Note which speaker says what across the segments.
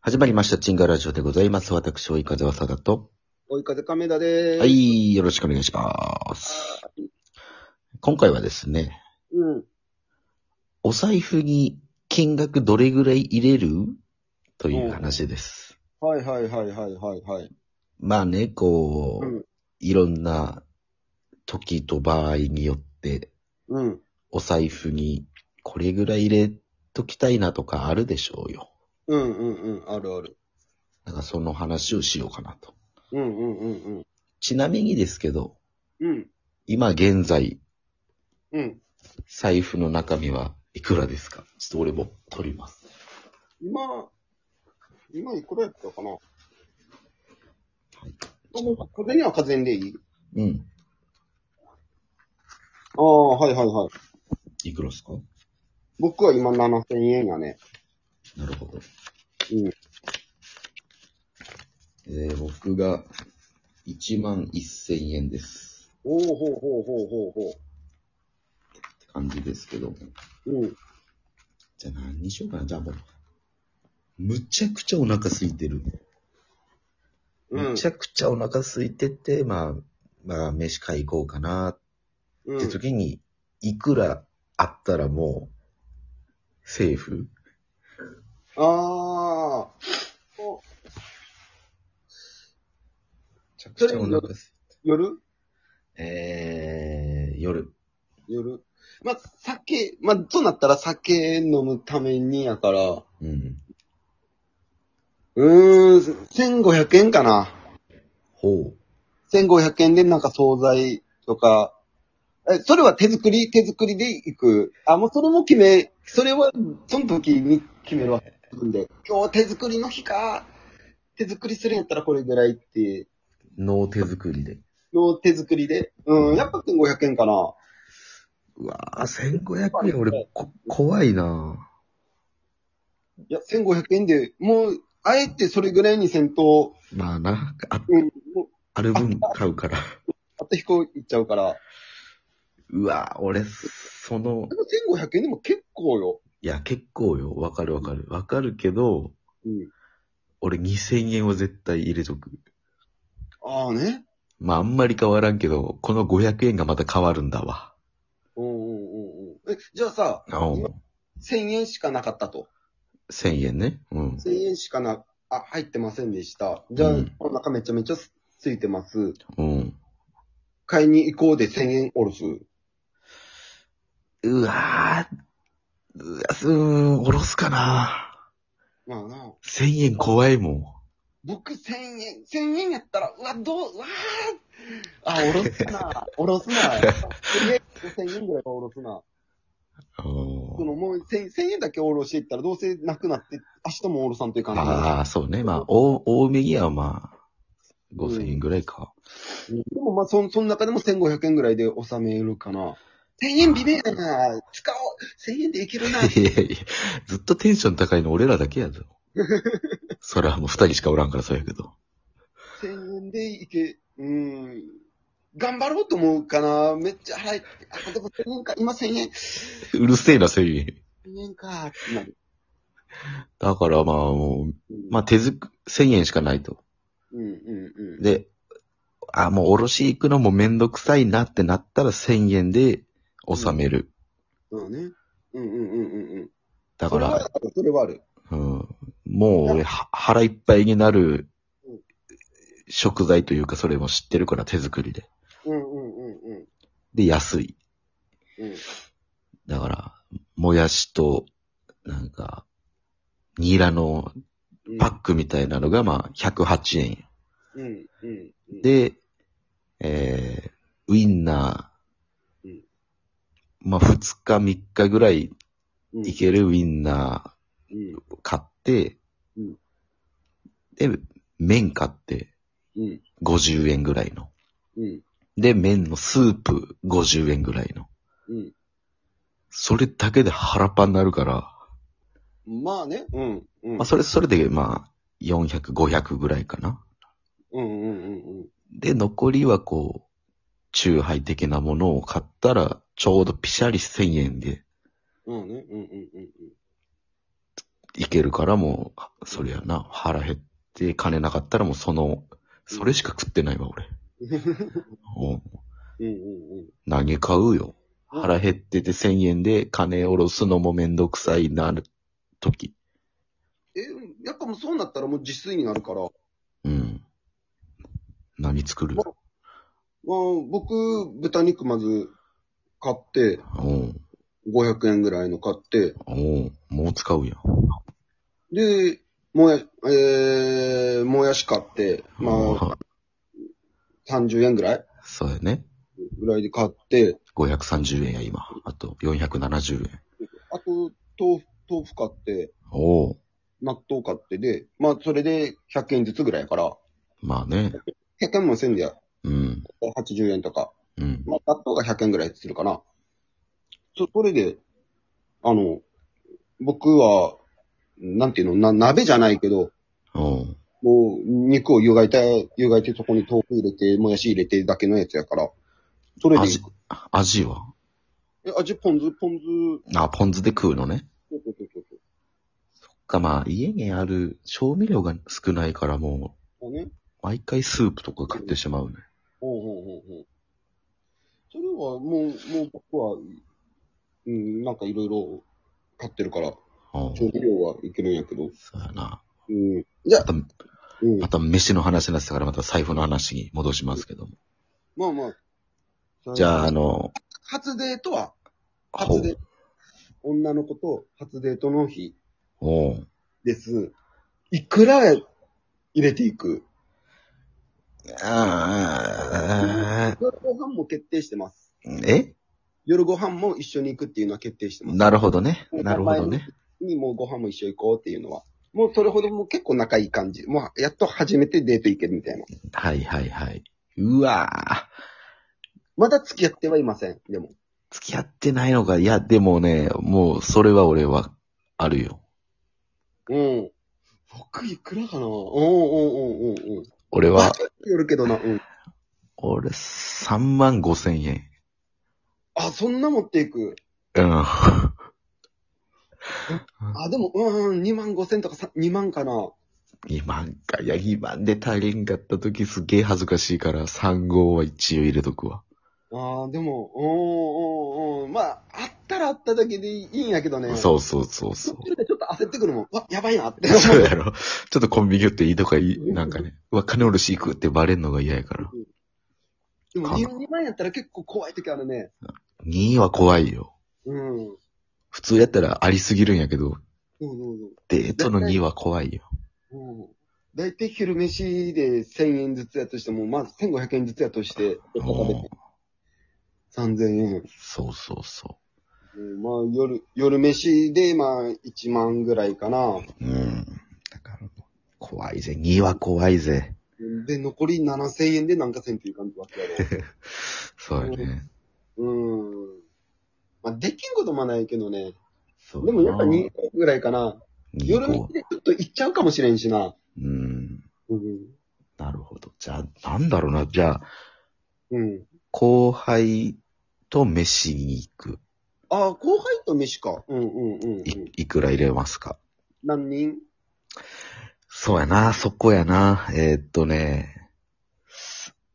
Speaker 1: 始まりました、チンガラジオでございます。私、追い風はさだと。
Speaker 2: 追い風亀田でーす。
Speaker 1: は。い、よろしくお願いします。今回はですね、
Speaker 2: うん。
Speaker 1: お財布に金額どれぐらい入れるという話です。
Speaker 2: はいはいはいはいはいはい。
Speaker 1: まあね、こう、
Speaker 2: うん。
Speaker 1: いろんな時と場合によって、
Speaker 2: うん。
Speaker 1: お財布にこれぐらい入れときたいなとかあるでしょうよ。
Speaker 2: うんうんうん。あるある。
Speaker 1: なんかその話をしようかなと。
Speaker 2: うんうんうんうん。
Speaker 1: ちなみにですけど、
Speaker 2: うん。
Speaker 1: 今現在、
Speaker 2: うん。
Speaker 1: 財布の中身はいくらですかちょっと俺も取ります。
Speaker 2: 今、今いくらやったかな
Speaker 1: はい
Speaker 2: あもう風には風にでいい
Speaker 1: うん。
Speaker 2: ああ、はいはいはい。
Speaker 1: いくらですか
Speaker 2: 僕は今7000円やね。
Speaker 1: なるほど。
Speaker 2: うん。
Speaker 1: えー、僕が1万1000円です。
Speaker 2: おおほうほうほうほうほ
Speaker 1: って感じですけど。
Speaker 2: う。うん。
Speaker 1: じゃあ何にしようかな。じゃあもう。むちゃくちゃお腹空いてる。
Speaker 2: うん。
Speaker 1: むちゃくちゃお腹空いてて、まあ、まあ、飯買い行こうかな
Speaker 2: うん
Speaker 1: って時に、いくらあったらもう、セーフ
Speaker 2: ああ。お
Speaker 1: めちゃくちゃお腹空いて
Speaker 2: 夜
Speaker 1: えー、夜。
Speaker 2: 夜。まあ、酒、まあ、そうなったら酒飲むためにやから、
Speaker 1: うん。
Speaker 2: うーん、1500円かな。
Speaker 1: ほう。
Speaker 2: 1500円でなんか惣菜とか、え、それは手作り、手作りで行く。あ、もうそれも決め、それはその時に決めるわけなんで、今日手作りの日か、手作りするんやったらこれぐらいって、
Speaker 1: の手作りで。
Speaker 2: の手作りで。うん、やっぱ1500円かな。
Speaker 1: うわぁ、1500円、俺、こ、怖いな
Speaker 2: はいや、1500円で、もう、あえてそれぐらいにせんと、
Speaker 1: ぁ。まあな、あ、
Speaker 2: うん、もう、
Speaker 1: ある分買うから。
Speaker 2: あと飛行行っちゃうから。
Speaker 1: うわぁ、俺、その
Speaker 2: で、も1500円でも結構よ。
Speaker 1: いや、結構よ。わかるわかる。わかるけど、
Speaker 2: うん。
Speaker 1: 俺2000円を絶対入れとく。
Speaker 2: ああね。
Speaker 1: まあ、あんまり変わらんけど、この500円がまた変わるんだわ。
Speaker 2: うんうんうんうん。え、じゃあさ、
Speaker 1: うん。
Speaker 2: 1000円しかなかったと。
Speaker 1: 1000円ね。うん。
Speaker 2: 1000円しかな、あ、入ってませんでした。じゃあ、
Speaker 1: うん
Speaker 2: お腹めちゃめちゃすついてます。
Speaker 1: うん。
Speaker 2: 買いに行こうで1000円おろす。
Speaker 1: うわぁ、うわすーん、おろすかな
Speaker 2: まあな、
Speaker 1: 1000円怖いもん。
Speaker 2: 僕1000円、1000円やったら、うわ、どう、うわあ、あ、おろすな、 おろすな。1000円ぐらいはおろすな。そのもう 1000, 1000円だけおろしていったらどうせなくなって、明日もおろさんという感じ。
Speaker 1: ああ、そうね。まあ、お多めにはまあ、5000円ぐらいか。
Speaker 2: でもまあそん、その中でも1500円ぐらいで収めるかな。1000円微妙やな。使おう。1000円でいけ るな。
Speaker 1: いやいやいや、ずっとテンション高いの俺らだけや ぞ。そらもう二人しかおらんからそうやけど。
Speaker 2: 1000円でいけ、うーん。頑張ろうと思うかな。めっちゃ払い、あ、でも1000円か。今1000円。
Speaker 1: うるせえな、1000円。
Speaker 2: 1000円か。ってなる。
Speaker 1: だからまあもう、まあ手づく、1000円しかないと。
Speaker 2: うんうんうん。
Speaker 1: で、あ、もうおろし行くのもめんどくさいなってなったら1000円で収める。
Speaker 2: そうね。うんうんうんうんうん。
Speaker 1: だか
Speaker 2: それはあ
Speaker 1: ら、
Speaker 2: る、それはある。
Speaker 1: うん、もう俺は腹いっぱいになる
Speaker 2: うん
Speaker 1: 食材というかそれも知ってるから手作りで。
Speaker 2: うんうんうんうん。
Speaker 1: で、安い。
Speaker 2: うん
Speaker 1: だから、もやしと、なんか、ニラの
Speaker 2: うん
Speaker 1: パックみたいなのが、まあ、108円。
Speaker 2: うんうんうん。
Speaker 1: で、えー、ウインナー
Speaker 2: うん、
Speaker 1: まあ、2日、3日ぐらい
Speaker 2: うん、
Speaker 1: いけるウインナ
Speaker 2: うん
Speaker 1: ー買って
Speaker 2: うん、
Speaker 1: で、麺買って、
Speaker 2: うん
Speaker 1: 50円ぐらいの。
Speaker 2: うん
Speaker 1: で、麺のスープ50円ぐらいの。
Speaker 2: うん。
Speaker 1: それだけで腹パンになるから、
Speaker 2: まあね。うんうん。
Speaker 1: まあ、それ、それで、まあ、400、500ぐらいかな。
Speaker 2: うんうんうんうん。
Speaker 1: で、残りはこう、チューハイ的なものを買ったら、ちょうどピシャリ1000円で
Speaker 2: まあね。うんうんうんうん。
Speaker 1: いけるからもう、そりゃな、腹減って金なかったらもうその、それしか食ってないわ、俺。 うん
Speaker 2: うんうんうん。
Speaker 1: 投げ買うよ。腹減ってて1000円で金下ろすのもめんどくさいなる時。
Speaker 2: え、やっぱもうそうなったらもう自炊になるから。
Speaker 1: うん。何作る
Speaker 2: まあ、僕、豚肉まず買って、
Speaker 1: おうん。
Speaker 2: 500円ぐらいの買って、
Speaker 1: おうん。もう使うやん。
Speaker 2: で、もや、えー、もやし買って、まあ、
Speaker 1: あ。
Speaker 2: 30円ぐらい
Speaker 1: そうやね。
Speaker 2: ぐらいで買って、
Speaker 1: 530円や、今。あと、470円。
Speaker 2: あと、豆腐、豆腐買って、
Speaker 1: おお。
Speaker 2: 納豆買ってで、まあ、それで100円ずつぐらいやから、
Speaker 1: まあね。
Speaker 2: 100円もせんでや、
Speaker 1: うん。
Speaker 2: 80円とか。
Speaker 1: うん。
Speaker 2: まあ、納豆が100円ぐらいするかな。そ、それで、あの、僕は、なんていうの、な、鍋じゃないけど、
Speaker 1: おう
Speaker 2: もう、肉を湯がいた、湯がいてそこに豆腐入れて、もやし入れてだけのやつやから、それで、
Speaker 1: 味、味は
Speaker 2: え味ポン酢、ポン酢、
Speaker 1: あ、ポン酢で食うのね。
Speaker 2: そうそうそうそう
Speaker 1: が、まあ、家にある調味料が少ないからも
Speaker 2: そうね。
Speaker 1: う、毎回スープとか買ってしまうね。
Speaker 2: ほうほうほうほう。それはもう、もう僕は、うん、なんかいろいろ買ってるから、
Speaker 1: おう
Speaker 2: 調味料はいけるんやけど、
Speaker 1: そうやな。
Speaker 2: うん。じゃ
Speaker 1: ま
Speaker 2: あ、
Speaker 1: た、
Speaker 2: うん
Speaker 1: ま。た飯の話になってたからまた財布の話に戻しますけども。
Speaker 2: まあまあ。
Speaker 1: じゃあ、あの、
Speaker 2: 初デートは、
Speaker 1: ほ
Speaker 2: 初
Speaker 1: う
Speaker 2: デート、女の子と初デートの日
Speaker 1: おう
Speaker 2: です。いくら入れていく
Speaker 1: あ
Speaker 2: 夜ご飯も決定してます。
Speaker 1: ーえ
Speaker 2: 夜ご飯も一緒に行くっていうのは決定してます。
Speaker 1: なるほどね。なるほどね。
Speaker 2: にもうご飯も一緒に行こうっていうのは。もうそれほどもう結構仲いい感じ。もうやっと初めてデート行けるみたいな。
Speaker 1: はいはいはい。うわぁ。
Speaker 2: まだ付き合ってはいません。でも。
Speaker 1: 付き合ってないのか。いや、でもね、もう、それは俺は、あるよ。
Speaker 2: うん。僕いくらかなうんうんうんうんうん。
Speaker 1: 俺
Speaker 2: まあ
Speaker 1: は、、
Speaker 2: よるけどな。うん。
Speaker 1: 俺、3万5千円。
Speaker 2: あ、そんな持っていく。
Speaker 1: うん。
Speaker 2: あ、でも、うん、2万5千とかさ2万かな。
Speaker 1: 2万か。いや、2万で足りんかった時すげえ恥ずかしいから、3号は一応入れとくわ。
Speaker 2: ああ、でも、うん、うん、うん。まあ、あったらあっただけでいいんやけどね。う。
Speaker 1: そうそうそうそ
Speaker 2: 途
Speaker 1: う。
Speaker 2: 中でちょっと焦ってくるもん。うわ、やばいなって。
Speaker 1: そうやろ。ちょっとコンビニ寄っていいとかいい、なんかね。うわ、金おろし行くってバレんのが嫌やから。
Speaker 2: でも
Speaker 1: かな
Speaker 2: 2, 万やったら結構怖い時あるね。
Speaker 1: 2位は怖いよ。
Speaker 2: うん。
Speaker 1: 普通やったらありすぎるんやけど、
Speaker 2: そうそうそう。
Speaker 1: デートの2位は怖いよ。
Speaker 2: うん。だいたい昼飯で1000円ずつやとしても、まあ1500円ずつやとして、食べ
Speaker 1: うん
Speaker 2: て3000円。
Speaker 1: そうそうそ
Speaker 2: うんまあ夜、夜飯でまあ1万ぐらいかな。
Speaker 1: う。うん。だから、怖いぜ。2位は怖いぜ。
Speaker 2: で、残り7000円でなんかせんっていう感じだったやろ。
Speaker 1: そうやね。
Speaker 2: うん。まあ、できんこともないけどね。
Speaker 1: そう
Speaker 2: でもやっぱ2個ぐらいかな。
Speaker 1: 二位
Speaker 2: 夜道
Speaker 1: 怖
Speaker 2: でちょっと行っちゃうかもしれんしな。
Speaker 1: うん。
Speaker 2: うん。
Speaker 1: なるほど。じゃあ、なんだろうな。じゃあ、
Speaker 2: うん。
Speaker 1: 後輩と飯に行く。
Speaker 2: ああ、後輩と飯か。うんうんうん、う
Speaker 1: い
Speaker 2: ん。
Speaker 1: いくら入れますか
Speaker 2: 何人
Speaker 1: そうやな、そこやな。えーっとね、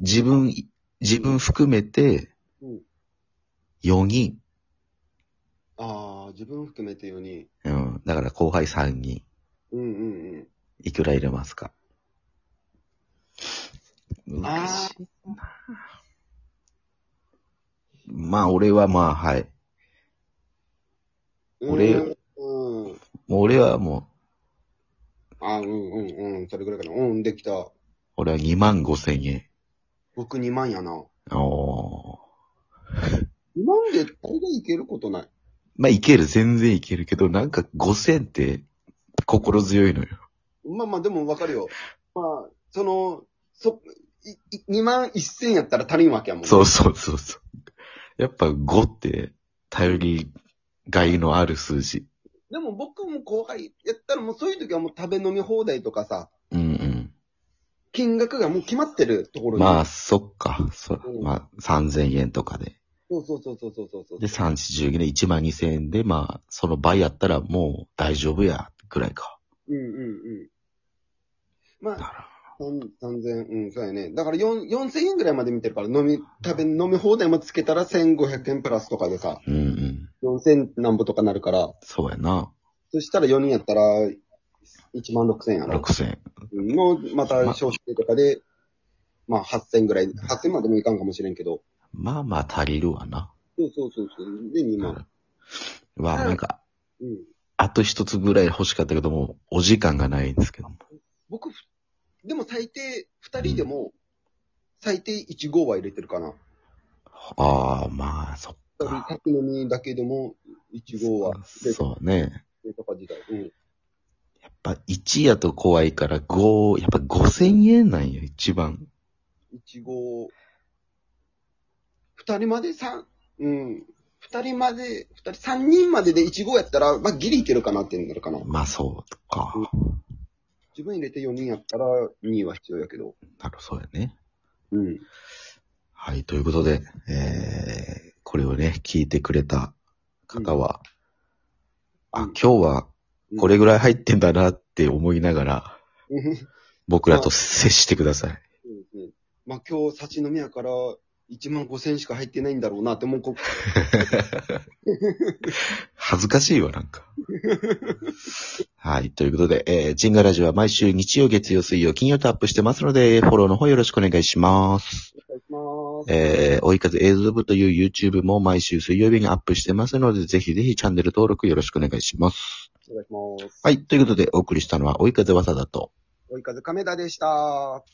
Speaker 1: 自分、自分含めて
Speaker 2: うん、
Speaker 1: 4人。
Speaker 2: ああ、自分含めて4人。
Speaker 1: うん。だから後輩3人。
Speaker 2: うんうん
Speaker 1: いくら入れますか
Speaker 2: うん。ああ、
Speaker 1: まあ、俺はまあ、はい。俺
Speaker 2: うん。うん。
Speaker 1: もう俺はも
Speaker 2: ああ、うんうんうん。それぐらいかな。うん、できた。
Speaker 1: う、俺は2万5千円。
Speaker 2: 僕2万やな。
Speaker 1: おー。
Speaker 2: 2万でこれいけることない。
Speaker 1: まあ、いける、全然いけるけど、なんか5千って心強いのよ。
Speaker 2: まあまあ、でもわかるよ。まあ、その、そ、いい2万1000やったら足りんわけやもんね。
Speaker 1: そうそうそうそう。やっぱ5って頼りがいのある数字。
Speaker 2: でも僕も後輩やったらもうそういう時はもう食べ飲み放題とかさ、
Speaker 1: うん
Speaker 2: 金額がもう決まってるとこ
Speaker 1: う
Speaker 2: ろ
Speaker 1: ん。
Speaker 2: に。
Speaker 1: ま
Speaker 2: あ。
Speaker 1: あ、そっか。そ
Speaker 2: うん
Speaker 1: まあ、3000円とかで。
Speaker 2: そうそうそうそうそうそう。
Speaker 1: で、3、4、10で1万2000円で、まあ、その倍やったらもう大丈夫や、ぐらいか。
Speaker 2: うんうんうん。まあ、
Speaker 1: だか
Speaker 2: 三三千、うん、そうやね。だから四四千円ぐらいまで見てるから、飲み、食べ、飲み放題もつけたら千五百円プラスとかでさ、
Speaker 1: ら。うんうん。
Speaker 2: 四千なんぼとかなるから、
Speaker 1: そうやな。
Speaker 2: そしたら四人やったら、一万六千やろ。
Speaker 1: 6000円。
Speaker 2: うんもう、また消費税とかで、まあ八千ぐらい、八千までもいかんかもしれんけど。
Speaker 1: まあまあ足りるわな。
Speaker 2: そうそうそうそう。で、二万。
Speaker 1: わあ、なんか、
Speaker 2: うん。
Speaker 1: あと一つぐらい欲しかったけども、お時間がないんですけども。
Speaker 2: 僕、ふでも最低、二人でも、最低一号は入れてるかな。
Speaker 1: ああ、まあ、そっ
Speaker 2: 二人、
Speaker 1: か。
Speaker 2: 宅飲みだけでも、一号は。で、
Speaker 1: そうね。
Speaker 2: とか時代。うん。
Speaker 1: やっぱ1やと怖いから5、やっぱ5000円なんよ、一番。
Speaker 2: 一号、二人まで三、うん。二人まで、二人、三人までで一号やったら、まあ、ギリいけるかなってなるかな。
Speaker 1: まあ、そうか。
Speaker 2: 自分入れて四人やったら、二は必要やけど。
Speaker 1: なるほど、そうやね。
Speaker 2: うん。
Speaker 1: はい、ということで、えー、これをね、聞いてくれた方は、
Speaker 2: う
Speaker 1: あ
Speaker 2: んうん、
Speaker 1: 今日はこれぐらい入ってんだなって思いながら、
Speaker 2: うん。うん
Speaker 1: 僕らと接してください。
Speaker 2: うんまあ、今日、差し飲みやから、一万五千しか入ってないんだろうなって、もうこ、
Speaker 1: 恥ずかしいわ、なんか。 はい。ということで、えー、ジンガラジオは毎週日曜、月曜、水曜、金曜とアップしてますので、フォローの方よろしくお願いします。
Speaker 2: お願いします。
Speaker 1: えー、追い風映像部という YouTube も毎週水曜日にアップしてますので、ぜひぜひチャンネル登録よろしくお願いします。
Speaker 2: お願いします。
Speaker 1: はい。ということで、お送りしたのは追い風わさだと。
Speaker 2: 追い風亀田でした。